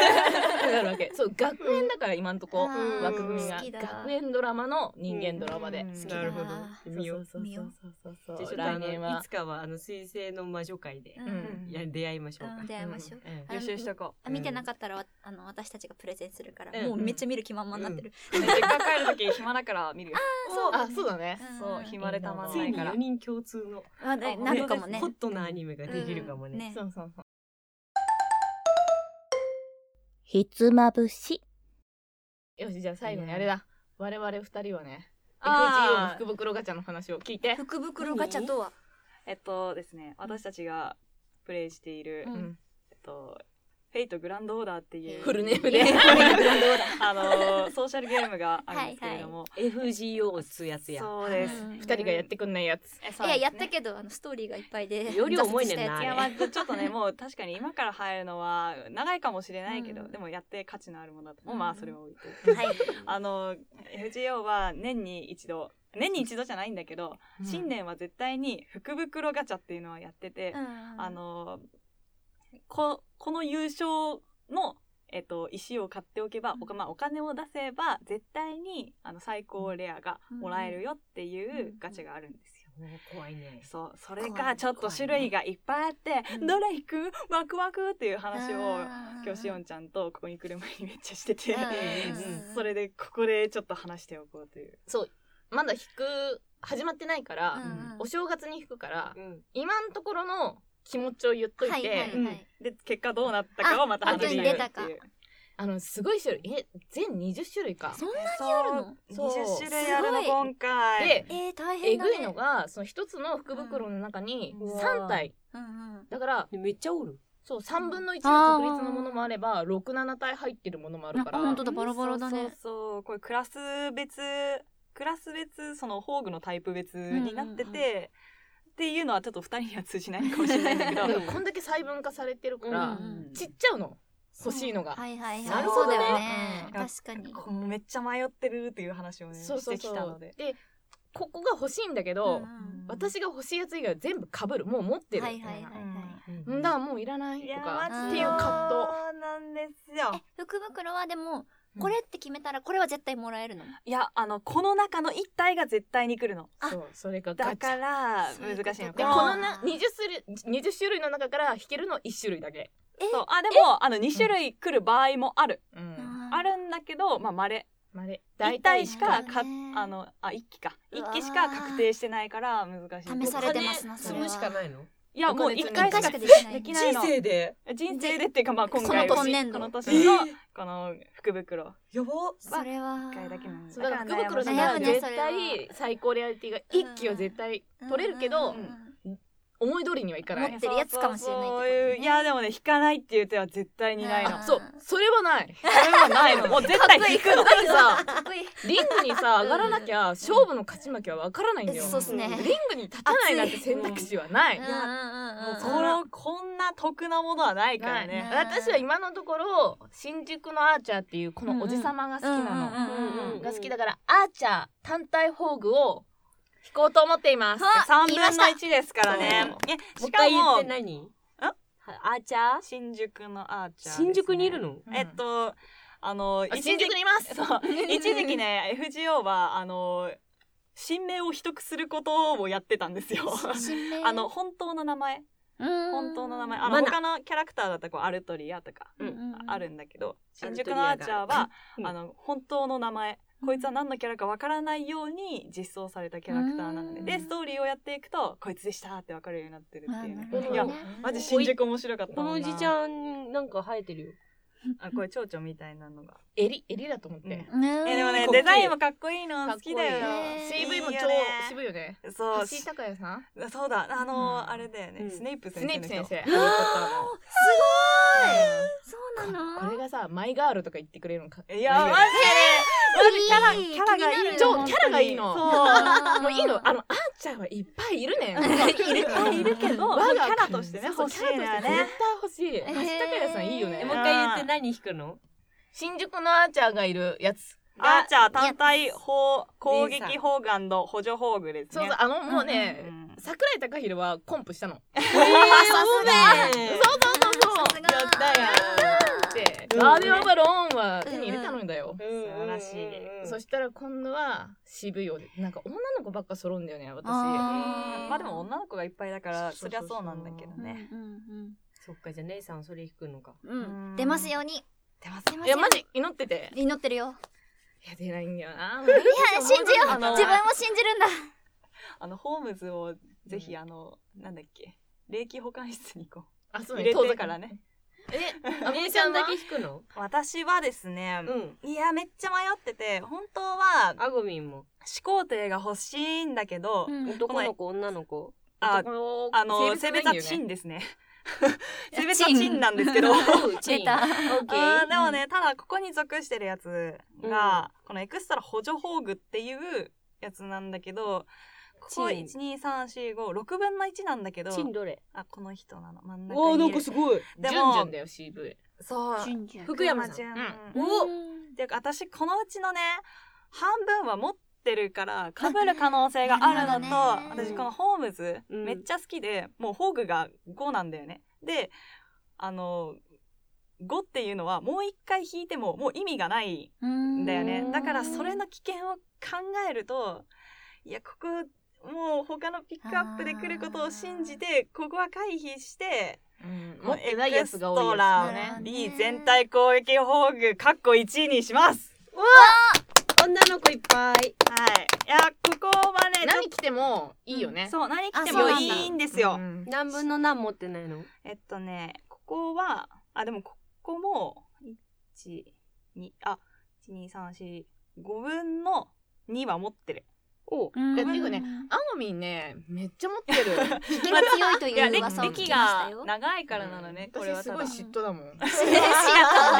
[SPEAKER 4] なるわけそう学園だから今んとこ
[SPEAKER 3] うん
[SPEAKER 4] 枠組みが
[SPEAKER 3] 好きだ
[SPEAKER 4] 学園ドラマの人間ドラマで
[SPEAKER 3] 好きだ
[SPEAKER 6] なるほど見よう
[SPEAKER 4] そう
[SPEAKER 3] 見
[SPEAKER 4] そ
[SPEAKER 3] よ
[SPEAKER 4] う
[SPEAKER 3] う
[SPEAKER 4] そうそうそう
[SPEAKER 6] じゃあちょっとあ
[SPEAKER 4] 来
[SPEAKER 6] の
[SPEAKER 4] 年
[SPEAKER 6] い
[SPEAKER 4] は
[SPEAKER 6] つかはあの水星の魔女会で、
[SPEAKER 4] うん
[SPEAKER 6] いや出会いましょうか、
[SPEAKER 3] うん出会いましょう
[SPEAKER 6] うん
[SPEAKER 3] あの
[SPEAKER 5] 予習しとこ
[SPEAKER 3] あ見てなかったらわあの私たちがプレゼンするから、
[SPEAKER 6] うん
[SPEAKER 3] もうめっちゃ見る気満々になってる、
[SPEAKER 5] う実家帰る時暇だから見るよ
[SPEAKER 4] あそうだね
[SPEAKER 3] うん
[SPEAKER 5] そう暇でたまん
[SPEAKER 6] つ
[SPEAKER 5] ないい
[SPEAKER 6] に
[SPEAKER 5] から
[SPEAKER 6] 4人共通の
[SPEAKER 3] まあねなるかもね
[SPEAKER 6] ホットなアニメができるかもね,、
[SPEAKER 3] ね
[SPEAKER 4] そうそうそう
[SPEAKER 1] ひつまぶし
[SPEAKER 4] よしじゃあ最後にあれだ我々二人はね FGO の
[SPEAKER 5] あー
[SPEAKER 4] 福袋ガチャの話を聞いて
[SPEAKER 3] 福袋ガチャとは
[SPEAKER 5] えっとですね私たちがプレイしている、
[SPEAKER 3] うん
[SPEAKER 5] えっとフェイトグランドオーダーっていう
[SPEAKER 4] フルネームで
[SPEAKER 5] あのソーシャルゲームがあるんですけれども、
[SPEAKER 6] FGO を通やつや
[SPEAKER 5] そうです
[SPEAKER 3] うん
[SPEAKER 4] 二人がやってくんないやつ
[SPEAKER 5] え
[SPEAKER 3] いややっ
[SPEAKER 5] そう
[SPEAKER 3] た
[SPEAKER 5] ですね
[SPEAKER 3] けどあのストーリーがいっぱいで
[SPEAKER 6] より重いねん
[SPEAKER 3] 挫折した
[SPEAKER 6] な
[SPEAKER 3] やつ
[SPEAKER 5] いや
[SPEAKER 6] あ
[SPEAKER 5] ま
[SPEAKER 6] れ
[SPEAKER 5] あちょっとねもう確かに今から入るのは長いかもしれないけ
[SPEAKER 3] う
[SPEAKER 5] ど、
[SPEAKER 3] ん
[SPEAKER 5] でもやって価値のあるものだと、まあそれは置いて、
[SPEAKER 3] はい
[SPEAKER 5] あの FGO は年に一度年に一度じゃないんだけど、新年は絶対に福袋ガチャっていうのはやってて、あのここの優勝の、えっと、石を買っておけば、おかまあ、お金を出せば絶対にあの最高レアがもらえるよっていうガチャがあるんですよ。
[SPEAKER 6] もう怖いね
[SPEAKER 5] そう、それ
[SPEAKER 6] 怖
[SPEAKER 5] が
[SPEAKER 6] い
[SPEAKER 5] ちょっと種類がいっぱいあって、
[SPEAKER 3] うん
[SPEAKER 5] どれ行くワクワクっていう話を
[SPEAKER 3] あー
[SPEAKER 5] 今日しおんちゃんとここに来る前にめっちゃしてて、
[SPEAKER 3] うんうん
[SPEAKER 5] それでここでちょっと話しておこうという。
[SPEAKER 4] まだ引く始まってないから、
[SPEAKER 3] うんうん
[SPEAKER 4] お正月に引くから、
[SPEAKER 6] うん
[SPEAKER 4] 今のところの気持ちを言っといて、
[SPEAKER 3] はいはい
[SPEAKER 5] うん
[SPEAKER 3] はい
[SPEAKER 5] で、結果どうなったかをまた話していくっていう。
[SPEAKER 4] あのすごい種類え全20種類か
[SPEAKER 3] そんな
[SPEAKER 5] そう
[SPEAKER 3] あるの
[SPEAKER 4] そう
[SPEAKER 5] 20種類あるの
[SPEAKER 3] すごい
[SPEAKER 5] 今回。
[SPEAKER 4] で
[SPEAKER 3] えー、大
[SPEAKER 4] え
[SPEAKER 3] 変だ、
[SPEAKER 4] ぐ
[SPEAKER 3] ね、
[SPEAKER 4] いのがその一つの福袋の中に
[SPEAKER 6] うん
[SPEAKER 4] 3体、
[SPEAKER 3] うんうん
[SPEAKER 4] だから
[SPEAKER 6] でめっちゃおる
[SPEAKER 4] そう3分の1の確率のものもあれば67体入ってるものもあるから
[SPEAKER 3] あ本当だバラバラだ
[SPEAKER 5] そう
[SPEAKER 3] ね
[SPEAKER 5] そうそうこれクラス別クラス別その宝具のタイプ別になってて、
[SPEAKER 3] うんうん
[SPEAKER 5] っていうのはちょっと2人には通じないかもしれないんだけど
[SPEAKER 4] だからこんだけ細分化されてるから、
[SPEAKER 3] うん
[SPEAKER 4] ちっちゃうの欲しいのが。
[SPEAKER 3] はいはいはい
[SPEAKER 5] なる
[SPEAKER 3] そ
[SPEAKER 5] ほ
[SPEAKER 3] う
[SPEAKER 5] ど
[SPEAKER 3] だ
[SPEAKER 5] ね
[SPEAKER 3] よね
[SPEAKER 5] うん
[SPEAKER 3] 確かに
[SPEAKER 5] こうめっちゃ迷ってるっていう話をね
[SPEAKER 4] そうそう
[SPEAKER 5] してき
[SPEAKER 4] そ
[SPEAKER 5] たの
[SPEAKER 4] う
[SPEAKER 5] で。
[SPEAKER 4] でここが欲しいんだけど、
[SPEAKER 3] うんうん
[SPEAKER 4] 私が欲しいやつ以外は全部被るもう持ってる
[SPEAKER 3] は
[SPEAKER 4] み
[SPEAKER 3] い
[SPEAKER 4] た
[SPEAKER 3] はいい
[SPEAKER 4] な
[SPEAKER 3] は
[SPEAKER 5] う
[SPEAKER 3] い
[SPEAKER 5] ん
[SPEAKER 3] はい
[SPEAKER 4] うんだからもういらない
[SPEAKER 5] い
[SPEAKER 4] と
[SPEAKER 5] や
[SPEAKER 4] かっ
[SPEAKER 5] マ
[SPEAKER 4] て
[SPEAKER 5] ジで
[SPEAKER 4] いう葛藤
[SPEAKER 5] そうなんですよ
[SPEAKER 3] え福袋はでもこれって決めたらこれは絶対もらえるの、
[SPEAKER 5] いやあのこの中の1体が絶対に来るの
[SPEAKER 4] そうそれがガ
[SPEAKER 5] だ
[SPEAKER 4] チャ
[SPEAKER 5] から
[SPEAKER 3] そういうこと
[SPEAKER 5] 難しいの
[SPEAKER 4] で
[SPEAKER 5] か
[SPEAKER 4] こ
[SPEAKER 3] あー
[SPEAKER 4] のな 20, 種類20種類の中から引けるの1種類だけ、
[SPEAKER 5] そうあでもあの2種類来る場合もある、
[SPEAKER 4] うん、
[SPEAKER 5] あるんだけどまあ稀
[SPEAKER 4] まれ
[SPEAKER 5] 一
[SPEAKER 4] 大体
[SPEAKER 5] 体
[SPEAKER 4] し
[SPEAKER 5] し
[SPEAKER 4] か
[SPEAKER 5] か
[SPEAKER 3] なる
[SPEAKER 5] か
[SPEAKER 3] ほどね
[SPEAKER 5] あのあ一機か
[SPEAKER 3] うわ
[SPEAKER 5] 一
[SPEAKER 3] ー
[SPEAKER 5] 機しか確定してないから難しい
[SPEAKER 3] 試されてますな
[SPEAKER 6] お金
[SPEAKER 3] そ
[SPEAKER 6] 積
[SPEAKER 3] れは
[SPEAKER 6] むしかないの
[SPEAKER 5] いやもう一回しか
[SPEAKER 3] 一回しか
[SPEAKER 5] で
[SPEAKER 3] できな
[SPEAKER 6] 人
[SPEAKER 3] い
[SPEAKER 5] きないの人
[SPEAKER 6] 生で
[SPEAKER 5] 生でっていうかまあ今回
[SPEAKER 3] その今年度
[SPEAKER 5] この
[SPEAKER 6] え
[SPEAKER 5] 年
[SPEAKER 6] ー
[SPEAKER 5] のこの福袋
[SPEAKER 6] やば
[SPEAKER 3] それは
[SPEAKER 5] 一回だけなん
[SPEAKER 4] そうだから福袋だ
[SPEAKER 5] だ
[SPEAKER 4] か
[SPEAKER 3] 悩む
[SPEAKER 5] からら悩
[SPEAKER 3] ね
[SPEAKER 4] 絶
[SPEAKER 5] む
[SPEAKER 3] そ
[SPEAKER 4] 対最高レアリティが1期は絶対取れるけど
[SPEAKER 3] うんうんうんうん
[SPEAKER 4] 思い通りにはいかない
[SPEAKER 3] 持ってるやつかもしれないってことね
[SPEAKER 5] そうそうそういういやでもね引かないっていう手は絶対にないの
[SPEAKER 3] あ
[SPEAKER 4] そうそれ はない
[SPEAKER 5] それはないのもう絶対引く
[SPEAKER 4] だ
[SPEAKER 5] の
[SPEAKER 4] ってさ
[SPEAKER 3] かっこいい
[SPEAKER 4] リングにさ上がらなきゃ勝負の勝ち負けは分からないんだよ
[SPEAKER 3] え
[SPEAKER 4] リ
[SPEAKER 3] そうっすね
[SPEAKER 4] ングに立たないなんて選択肢はない
[SPEAKER 3] うん
[SPEAKER 4] な
[SPEAKER 3] うんうん
[SPEAKER 4] い
[SPEAKER 5] もうこのこんな得なものはないからね
[SPEAKER 3] ない
[SPEAKER 4] 私は今のところ新宿のアーチャーっていうこのおじさまが好き
[SPEAKER 3] うんう
[SPEAKER 4] なん
[SPEAKER 3] うんうんうん
[SPEAKER 4] のが好きだからアーチャー単体宝具を引こうと思っています
[SPEAKER 3] あ
[SPEAKER 5] 3
[SPEAKER 3] 言い
[SPEAKER 5] 分の
[SPEAKER 3] ました
[SPEAKER 5] 1ですからねえ
[SPEAKER 6] もう一
[SPEAKER 5] しか
[SPEAKER 6] 回言って
[SPEAKER 5] も
[SPEAKER 6] 何
[SPEAKER 5] あ
[SPEAKER 6] アーチャー
[SPEAKER 5] 新宿のアーチャーですね
[SPEAKER 6] 新宿にいるの
[SPEAKER 5] えっとあの
[SPEAKER 4] あ
[SPEAKER 5] 一
[SPEAKER 4] 新
[SPEAKER 5] 時期
[SPEAKER 4] 宿にいます
[SPEAKER 5] そう 一時期ね FGO はあの新名を取得することをやってたんですよ
[SPEAKER 3] 新名
[SPEAKER 5] あの本当の名前
[SPEAKER 3] 本
[SPEAKER 5] 本当の名前あの
[SPEAKER 6] マナ
[SPEAKER 5] 他のキャラクターだったらこうアルトリアとか
[SPEAKER 6] うん
[SPEAKER 5] あるんだけど
[SPEAKER 6] アル
[SPEAKER 5] 新
[SPEAKER 6] ト
[SPEAKER 5] 宿
[SPEAKER 6] リア
[SPEAKER 5] の
[SPEAKER 6] が
[SPEAKER 5] アーチャーは
[SPEAKER 6] うん
[SPEAKER 5] あの本当の名前こいつは何のキャラかわからないように実装されたキャラクターなので
[SPEAKER 3] うん
[SPEAKER 5] でストーリーをやっていくとこいつでしたってわかるようになってるっていう
[SPEAKER 3] なる
[SPEAKER 5] ね
[SPEAKER 3] ほどね
[SPEAKER 5] いやマジ新宿面白かった
[SPEAKER 6] この
[SPEAKER 5] も
[SPEAKER 6] お
[SPEAKER 5] んな
[SPEAKER 6] じちゃんなんか生えてるよ
[SPEAKER 5] あこれ蝶々みたいなのが
[SPEAKER 4] 襟襟だと思って
[SPEAKER 3] う
[SPEAKER 5] う
[SPEAKER 3] ん
[SPEAKER 5] えでもね
[SPEAKER 6] かっこいい
[SPEAKER 5] デザインもかっこいいの好きだよ
[SPEAKER 4] かっこいい
[SPEAKER 5] いい
[SPEAKER 4] CV
[SPEAKER 5] よ
[SPEAKER 4] も
[SPEAKER 5] ね
[SPEAKER 4] 超渋いよね
[SPEAKER 5] そう
[SPEAKER 4] 橋井孝也さん
[SPEAKER 5] そうだあの
[SPEAKER 4] うん
[SPEAKER 5] あれだよ
[SPEAKER 6] う
[SPEAKER 5] ね
[SPEAKER 6] ん
[SPEAKER 5] スネイプ
[SPEAKER 4] ス
[SPEAKER 5] 先
[SPEAKER 4] ネ
[SPEAKER 5] 生
[SPEAKER 4] ー
[SPEAKER 5] の
[SPEAKER 4] プ
[SPEAKER 5] 人
[SPEAKER 4] 先生ハリー
[SPEAKER 5] う
[SPEAKER 4] ポ
[SPEAKER 5] ん
[SPEAKER 4] ッターの
[SPEAKER 3] そうな
[SPEAKER 4] こ
[SPEAKER 3] の
[SPEAKER 4] れがさマイガールとか言ってくれるのか
[SPEAKER 5] いやマジでねマジキャラキャラがいい
[SPEAKER 4] 超キャラがいいの
[SPEAKER 5] そう
[SPEAKER 4] もういいのあのアーチャーはいっぱいいるねん
[SPEAKER 5] いっぱいいるけど
[SPEAKER 4] 我
[SPEAKER 5] もう
[SPEAKER 4] が
[SPEAKER 5] キャラとしてね
[SPEAKER 4] そう
[SPEAKER 5] 欲し
[SPEAKER 4] キャラ
[SPEAKER 5] い
[SPEAKER 4] とし
[SPEAKER 5] の
[SPEAKER 4] て絶対
[SPEAKER 5] よね
[SPEAKER 4] 欲しい橋井孝也さんいいよ
[SPEAKER 6] え
[SPEAKER 4] ね
[SPEAKER 6] もう一回言って何弾くの
[SPEAKER 4] 新宿のアーチャーがいるやつが
[SPEAKER 5] アーチャー単体砲攻撃砲丸の補助宝具です
[SPEAKER 4] そう
[SPEAKER 5] ね
[SPEAKER 4] そうあのもうね、
[SPEAKER 5] うん
[SPEAKER 4] 桜井貴宏はコンプしたの
[SPEAKER 6] えーそうだ
[SPEAKER 4] そうそうそう
[SPEAKER 3] さすが
[SPEAKER 4] やったやんってガーデン・オブ・ローンは手に入れたのだよ、
[SPEAKER 6] 素
[SPEAKER 5] 晴らしい
[SPEAKER 4] そしたら今度は渋いよなんか女の子ばっか揃うんだよね私
[SPEAKER 3] あー
[SPEAKER 5] まあでも女の子がいっぱいだから
[SPEAKER 6] そ
[SPEAKER 5] そう
[SPEAKER 6] そう
[SPEAKER 5] り
[SPEAKER 6] そうそう
[SPEAKER 5] ゃそうなんだけどね
[SPEAKER 3] うん
[SPEAKER 6] そっかじゃあ姉さんそれ弾くのか
[SPEAKER 3] うんうん
[SPEAKER 5] うん
[SPEAKER 3] 出ますように
[SPEAKER 5] 出ます
[SPEAKER 3] 出
[SPEAKER 5] よ
[SPEAKER 3] ます
[SPEAKER 4] いや
[SPEAKER 3] よう
[SPEAKER 4] マ
[SPEAKER 3] に
[SPEAKER 4] ジ祈ってて
[SPEAKER 3] 祈ってるよ
[SPEAKER 4] いや出ないんだよない
[SPEAKER 3] や信じよ
[SPEAKER 5] あ
[SPEAKER 3] う
[SPEAKER 5] の
[SPEAKER 3] 自分も信じるんだ
[SPEAKER 5] あのホームズをぜひあのなんだっけ霊気保管室に行こ
[SPEAKER 4] あそううね
[SPEAKER 5] 入れ
[SPEAKER 4] 遠
[SPEAKER 5] て
[SPEAKER 4] ざ
[SPEAKER 5] からね
[SPEAKER 4] えあ
[SPEAKER 6] 姉
[SPEAKER 4] み
[SPEAKER 6] ち
[SPEAKER 4] ち
[SPEAKER 6] ゃ
[SPEAKER 4] ゃ
[SPEAKER 6] ん
[SPEAKER 4] ん
[SPEAKER 6] だ
[SPEAKER 4] だ
[SPEAKER 6] け
[SPEAKER 4] け
[SPEAKER 6] 弾くの
[SPEAKER 5] 私はですね
[SPEAKER 6] うん
[SPEAKER 5] いやめっちゃ迷ってて本当は
[SPEAKER 6] あごみん も
[SPEAKER 5] 始皇帝が欲しいんだけど、
[SPEAKER 6] 男の子女の子
[SPEAKER 5] ああの性別は
[SPEAKER 4] チ
[SPEAKER 5] チ
[SPEAKER 4] ン
[SPEAKER 5] ンですね性別はチンなんですけど
[SPEAKER 6] チ
[SPEAKER 3] 出
[SPEAKER 6] ン
[SPEAKER 3] た
[SPEAKER 6] オッケ
[SPEAKER 5] あ
[SPEAKER 6] ー
[SPEAKER 5] ーでもねただここに属してるやつが、このエクストラ補助宝具っていうやつなんだけどここ
[SPEAKER 6] チン
[SPEAKER 5] 12345 6分の1なんだけど
[SPEAKER 6] チンどれ
[SPEAKER 5] あこの人なの真ん中に
[SPEAKER 6] おーなんかすごい
[SPEAKER 4] ジュ
[SPEAKER 5] で
[SPEAKER 4] ンジュ
[SPEAKER 5] も
[SPEAKER 4] ンだよ CV
[SPEAKER 5] そう
[SPEAKER 6] 福山さん
[SPEAKER 5] ん
[SPEAKER 6] お
[SPEAKER 5] ていうか私このうちのね半分は持ってるから被る可能性があるのと
[SPEAKER 3] なるほどね
[SPEAKER 5] 私このホームズ
[SPEAKER 6] うん
[SPEAKER 5] めっちゃ好きで、もう宝具が5なんだよね。であの5っていうのはもう一回引いてももう意味がないんだよねだからそれの危険を考えるといやここもう他のピックアップで来ることを信じてここは回避して
[SPEAKER 4] 持ってないやつが多いやつ
[SPEAKER 3] エ
[SPEAKER 4] ね
[SPEAKER 3] クストラをね
[SPEAKER 5] B 全体攻撃宝具かっこ1位にします
[SPEAKER 6] 女の子いっぱい
[SPEAKER 5] はいいやここはねちょっ
[SPEAKER 4] 何着てもいいよね
[SPEAKER 5] とそう何着て
[SPEAKER 3] あそ
[SPEAKER 5] も
[SPEAKER 3] うなんだ
[SPEAKER 5] いいんですよ、
[SPEAKER 4] うん
[SPEAKER 6] 何分の何持ってないの
[SPEAKER 5] えっとねここはあでもここも12あ12345分の2は持ってる
[SPEAKER 6] お
[SPEAKER 4] いやていうかねあごみんねめっちゃ持ってる
[SPEAKER 3] 引きが強いと
[SPEAKER 5] いや
[SPEAKER 3] いう
[SPEAKER 5] 歴
[SPEAKER 3] 噂を聞
[SPEAKER 5] 歴
[SPEAKER 3] きました
[SPEAKER 5] が
[SPEAKER 3] よ
[SPEAKER 5] 長い からなのね、これは
[SPEAKER 4] 私す
[SPEAKER 5] た
[SPEAKER 4] ごい
[SPEAKER 5] だ
[SPEAKER 4] 嫉妬だ もんで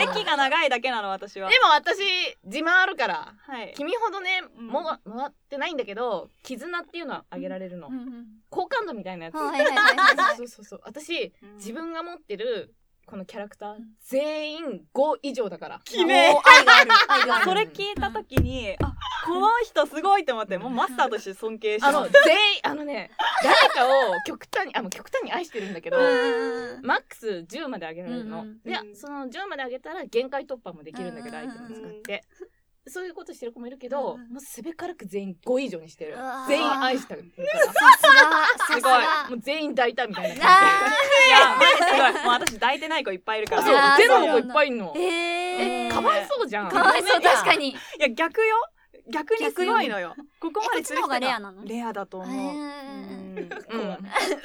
[SPEAKER 4] も
[SPEAKER 5] 歴が長いだけなの私は
[SPEAKER 4] 私自慢あるから
[SPEAKER 5] はい
[SPEAKER 4] 君ほどね
[SPEAKER 5] うん
[SPEAKER 4] もがもらってないんだけど絆っていうのはあげられるの
[SPEAKER 3] うんうん
[SPEAKER 4] 好感度みたいなやつ
[SPEAKER 3] はいはいはいはい
[SPEAKER 4] そうそうそう私
[SPEAKER 5] うん
[SPEAKER 4] 自分が持ってるこのキャラクター全員5以上だから
[SPEAKER 5] 決め
[SPEAKER 3] お愛がある愛がある
[SPEAKER 5] それ聞いた時にあこの人すごいと思ってもうマスターとして尊敬して
[SPEAKER 4] あ
[SPEAKER 5] ます
[SPEAKER 4] の、全員、あのね、誰かを極端に、あ、もう極端に愛してるんだけど、
[SPEAKER 3] うん
[SPEAKER 4] マックス10まで上げられるの。
[SPEAKER 3] うんうん
[SPEAKER 4] で
[SPEAKER 6] う、ん
[SPEAKER 4] その10まで上げたら限界突破もできるんだけど、
[SPEAKER 3] うんうん
[SPEAKER 4] 相手に使って。そういうことしてる子もいるけど、
[SPEAKER 3] うんうん
[SPEAKER 4] もうすべからく全員5以上にしてる
[SPEAKER 3] うわー。
[SPEAKER 4] 全員愛したる
[SPEAKER 3] さすが
[SPEAKER 4] す
[SPEAKER 3] さす
[SPEAKER 4] ご
[SPEAKER 3] が
[SPEAKER 4] い。もう全員抱いたみたいな感
[SPEAKER 3] あ
[SPEAKER 5] いやマジすごいもう私抱いてない子いっぱいいるか
[SPEAKER 4] じ
[SPEAKER 5] ら
[SPEAKER 4] で。あ、
[SPEAKER 3] あー
[SPEAKER 4] そう、ゼロの子いっぱいいるの
[SPEAKER 3] ー。え
[SPEAKER 4] え、
[SPEAKER 3] ー
[SPEAKER 4] かわいそうじゃん。
[SPEAKER 3] かわいそう確かに
[SPEAKER 5] いや逆よ逆にすごいのよここま
[SPEAKER 3] えこ
[SPEAKER 5] で
[SPEAKER 3] っちの方が
[SPEAKER 5] 連れてきた
[SPEAKER 3] レアなの
[SPEAKER 5] レアだと
[SPEAKER 3] え
[SPEAKER 5] 思う、
[SPEAKER 3] ー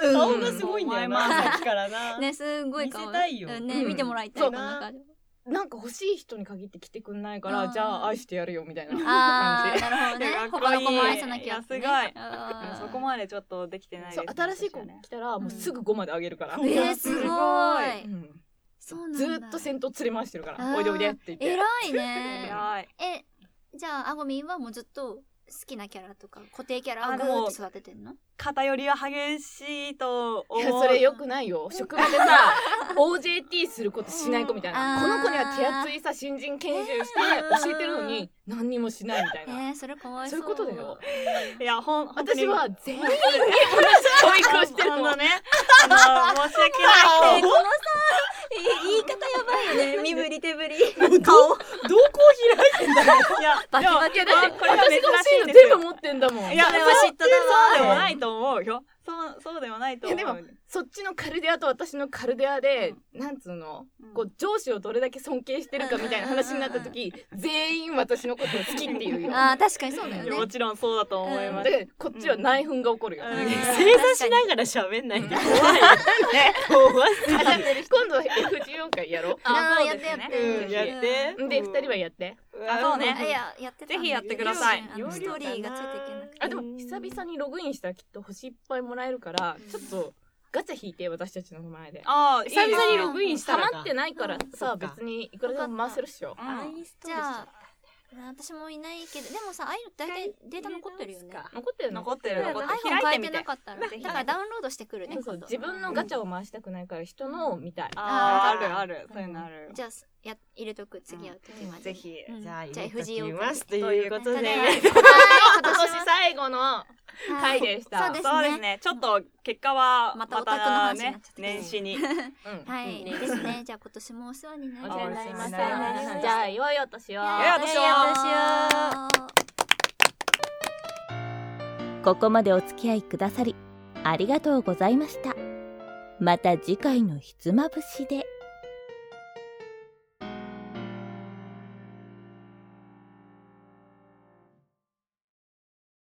[SPEAKER 6] うん顔がすごいんだよな、
[SPEAKER 5] うん
[SPEAKER 6] さっきから な。
[SPEAKER 3] ねすんごい可愛
[SPEAKER 6] 見せたいよ
[SPEAKER 3] ね
[SPEAKER 4] うん
[SPEAKER 3] 見てもらいたい
[SPEAKER 4] そう
[SPEAKER 3] この中で
[SPEAKER 4] うん。なんか欲しい人に限って来てくんないか
[SPEAKER 3] あ
[SPEAKER 4] ら、
[SPEAKER 3] ー
[SPEAKER 4] じゃあ愛してやるよみたいな
[SPEAKER 3] あ
[SPEAKER 4] 感
[SPEAKER 3] あ
[SPEAKER 4] じ。
[SPEAKER 3] なるほどね
[SPEAKER 5] かっこいい
[SPEAKER 3] 他の子も愛さなきゃってね
[SPEAKER 5] いやすご
[SPEAKER 3] あー
[SPEAKER 5] そこまでちょっとできてないです
[SPEAKER 4] そう
[SPEAKER 5] ね、
[SPEAKER 4] 新しい子
[SPEAKER 5] 私はね
[SPEAKER 4] 来たらもうすぐ5まで上げるから。
[SPEAKER 3] えー、すごい、
[SPEAKER 4] うん
[SPEAKER 3] そうなん
[SPEAKER 4] ず
[SPEAKER 3] だ
[SPEAKER 4] ーっと先頭連れ回してるか
[SPEAKER 3] あ
[SPEAKER 4] ら
[SPEAKER 3] ー
[SPEAKER 4] 「おいでおいで」って言って
[SPEAKER 3] 偉いね
[SPEAKER 5] 偉い
[SPEAKER 3] えじゃああごみんはもうずっと好きなキャラとか固定キャラを
[SPEAKER 5] あ
[SPEAKER 3] ぐ
[SPEAKER 5] でも
[SPEAKER 3] ーっと育ててんの
[SPEAKER 5] 偏りは激しいと思
[SPEAKER 4] いうやそれ良くないよ職場でさ OJT することしない子みたいな
[SPEAKER 3] あー
[SPEAKER 4] この子には手厚いさ新人研修して教えてるのに何にもしないみたい
[SPEAKER 3] え
[SPEAKER 4] な
[SPEAKER 3] ー、それかわい
[SPEAKER 4] そ
[SPEAKER 3] そうう
[SPEAKER 4] いうことだよ
[SPEAKER 5] いやほん本当
[SPEAKER 4] 私
[SPEAKER 5] に
[SPEAKER 4] は全員に同じ教育をしてる
[SPEAKER 5] あ
[SPEAKER 4] の
[SPEAKER 5] のねあの申し訳 な
[SPEAKER 3] え
[SPEAKER 5] い
[SPEAKER 3] ーこのさえー言い方やばいよね身振り手振り
[SPEAKER 6] 顔瞳孔開いてんだよ。
[SPEAKER 5] いや
[SPEAKER 3] バキバ
[SPEAKER 5] い
[SPEAKER 3] キ
[SPEAKER 5] や
[SPEAKER 3] だ
[SPEAKER 5] で
[SPEAKER 3] ね
[SPEAKER 5] もこれは
[SPEAKER 4] 私が
[SPEAKER 5] 珍
[SPEAKER 4] 欲しい
[SPEAKER 5] しい
[SPEAKER 4] の
[SPEAKER 5] です
[SPEAKER 4] 全部
[SPEAKER 5] よ
[SPEAKER 4] 持ってんだもん
[SPEAKER 5] いや
[SPEAKER 3] それは嫉妬
[SPEAKER 5] そうで
[SPEAKER 3] だ
[SPEAKER 5] も
[SPEAKER 3] わ
[SPEAKER 5] ないと思うよそうそうでもないと思う
[SPEAKER 4] いやでそっちのカルデアと私のカルデアでなんつうのこう上司をどれだけ尊敬してるかみたいな話になった時全員私のことを好きっていうよ
[SPEAKER 3] あー確かにそうだ
[SPEAKER 5] いや
[SPEAKER 3] よ
[SPEAKER 5] も
[SPEAKER 3] ね
[SPEAKER 5] ちろんそうだと思います、
[SPEAKER 4] でこっちは内紛が起こるよ、
[SPEAKER 5] うん
[SPEAKER 6] 正座しながら喋んないで怖いよ。怖すぎ
[SPEAKER 4] あ
[SPEAKER 6] る
[SPEAKER 4] じゃあ今度 F14 回やろう。
[SPEAKER 3] あー
[SPEAKER 5] そうです
[SPEAKER 3] や
[SPEAKER 5] ね
[SPEAKER 3] ってやって
[SPEAKER 5] うんや
[SPEAKER 4] で
[SPEAKER 5] って、
[SPEAKER 4] 二人はやって。
[SPEAKER 5] あそうね
[SPEAKER 3] あいややってたんだけど
[SPEAKER 5] ぜひやってください
[SPEAKER 3] あのストーリーがついていけなくて
[SPEAKER 4] あでも久々にログインしたらきっと星いっぱいもらえるからちょっとガチャ引いて私たちの前で。
[SPEAKER 5] あーいい
[SPEAKER 6] 久
[SPEAKER 5] ですね
[SPEAKER 6] 々にログインした
[SPEAKER 4] ハ
[SPEAKER 6] らか
[SPEAKER 4] マってないから
[SPEAKER 6] そ
[SPEAKER 4] さ
[SPEAKER 6] っか
[SPEAKER 4] 別にいくらでも回せるっしょ。
[SPEAKER 5] うん
[SPEAKER 3] じゃあ私もいないけどでもさああいうの大体データ残ってるよね
[SPEAKER 4] 残ってるの
[SPEAKER 5] 残ってる残ってる
[SPEAKER 3] iPhone 変
[SPEAKER 5] 開
[SPEAKER 3] え
[SPEAKER 5] い
[SPEAKER 3] て
[SPEAKER 5] てみて
[SPEAKER 3] なかったら
[SPEAKER 5] ぜひ
[SPEAKER 3] だからダウンロードしてくるね
[SPEAKER 4] そうそう
[SPEAKER 3] 今度
[SPEAKER 4] 自分のガチャを回したくないから人のを見たい。
[SPEAKER 5] あ
[SPEAKER 3] あー
[SPEAKER 5] ーあるあるそういうのある
[SPEAKER 3] じゃあや入れとく次会う時まで
[SPEAKER 5] ぜひ
[SPEAKER 3] うん
[SPEAKER 6] じゃあ入
[SPEAKER 3] じゃあ
[SPEAKER 6] れとき
[SPEAKER 3] FGO
[SPEAKER 6] ますと
[SPEAKER 5] と
[SPEAKER 6] いうことで。
[SPEAKER 3] はい
[SPEAKER 4] 今年最後の
[SPEAKER 3] 今
[SPEAKER 4] 回でした。
[SPEAKER 3] そうです
[SPEAKER 5] そうですねちょっと結果は
[SPEAKER 3] ま
[SPEAKER 5] ま
[SPEAKER 3] た
[SPEAKER 5] た
[SPEAKER 3] オタクの話になっ
[SPEAKER 5] ね
[SPEAKER 3] ちゃったけど
[SPEAKER 5] 年始に
[SPEAKER 4] うん
[SPEAKER 3] はいですねじゃあ今年もお世話になり
[SPEAKER 4] お
[SPEAKER 3] ま
[SPEAKER 4] 世
[SPEAKER 3] し
[SPEAKER 4] 話
[SPEAKER 3] た
[SPEAKER 4] になりまし。
[SPEAKER 5] お世話になりました
[SPEAKER 4] じゃあ良いお年を。
[SPEAKER 5] や私
[SPEAKER 3] 私は
[SPEAKER 5] は
[SPEAKER 1] ここまでお付き合いくださりありがとうございましたまた次回のひつまぶしで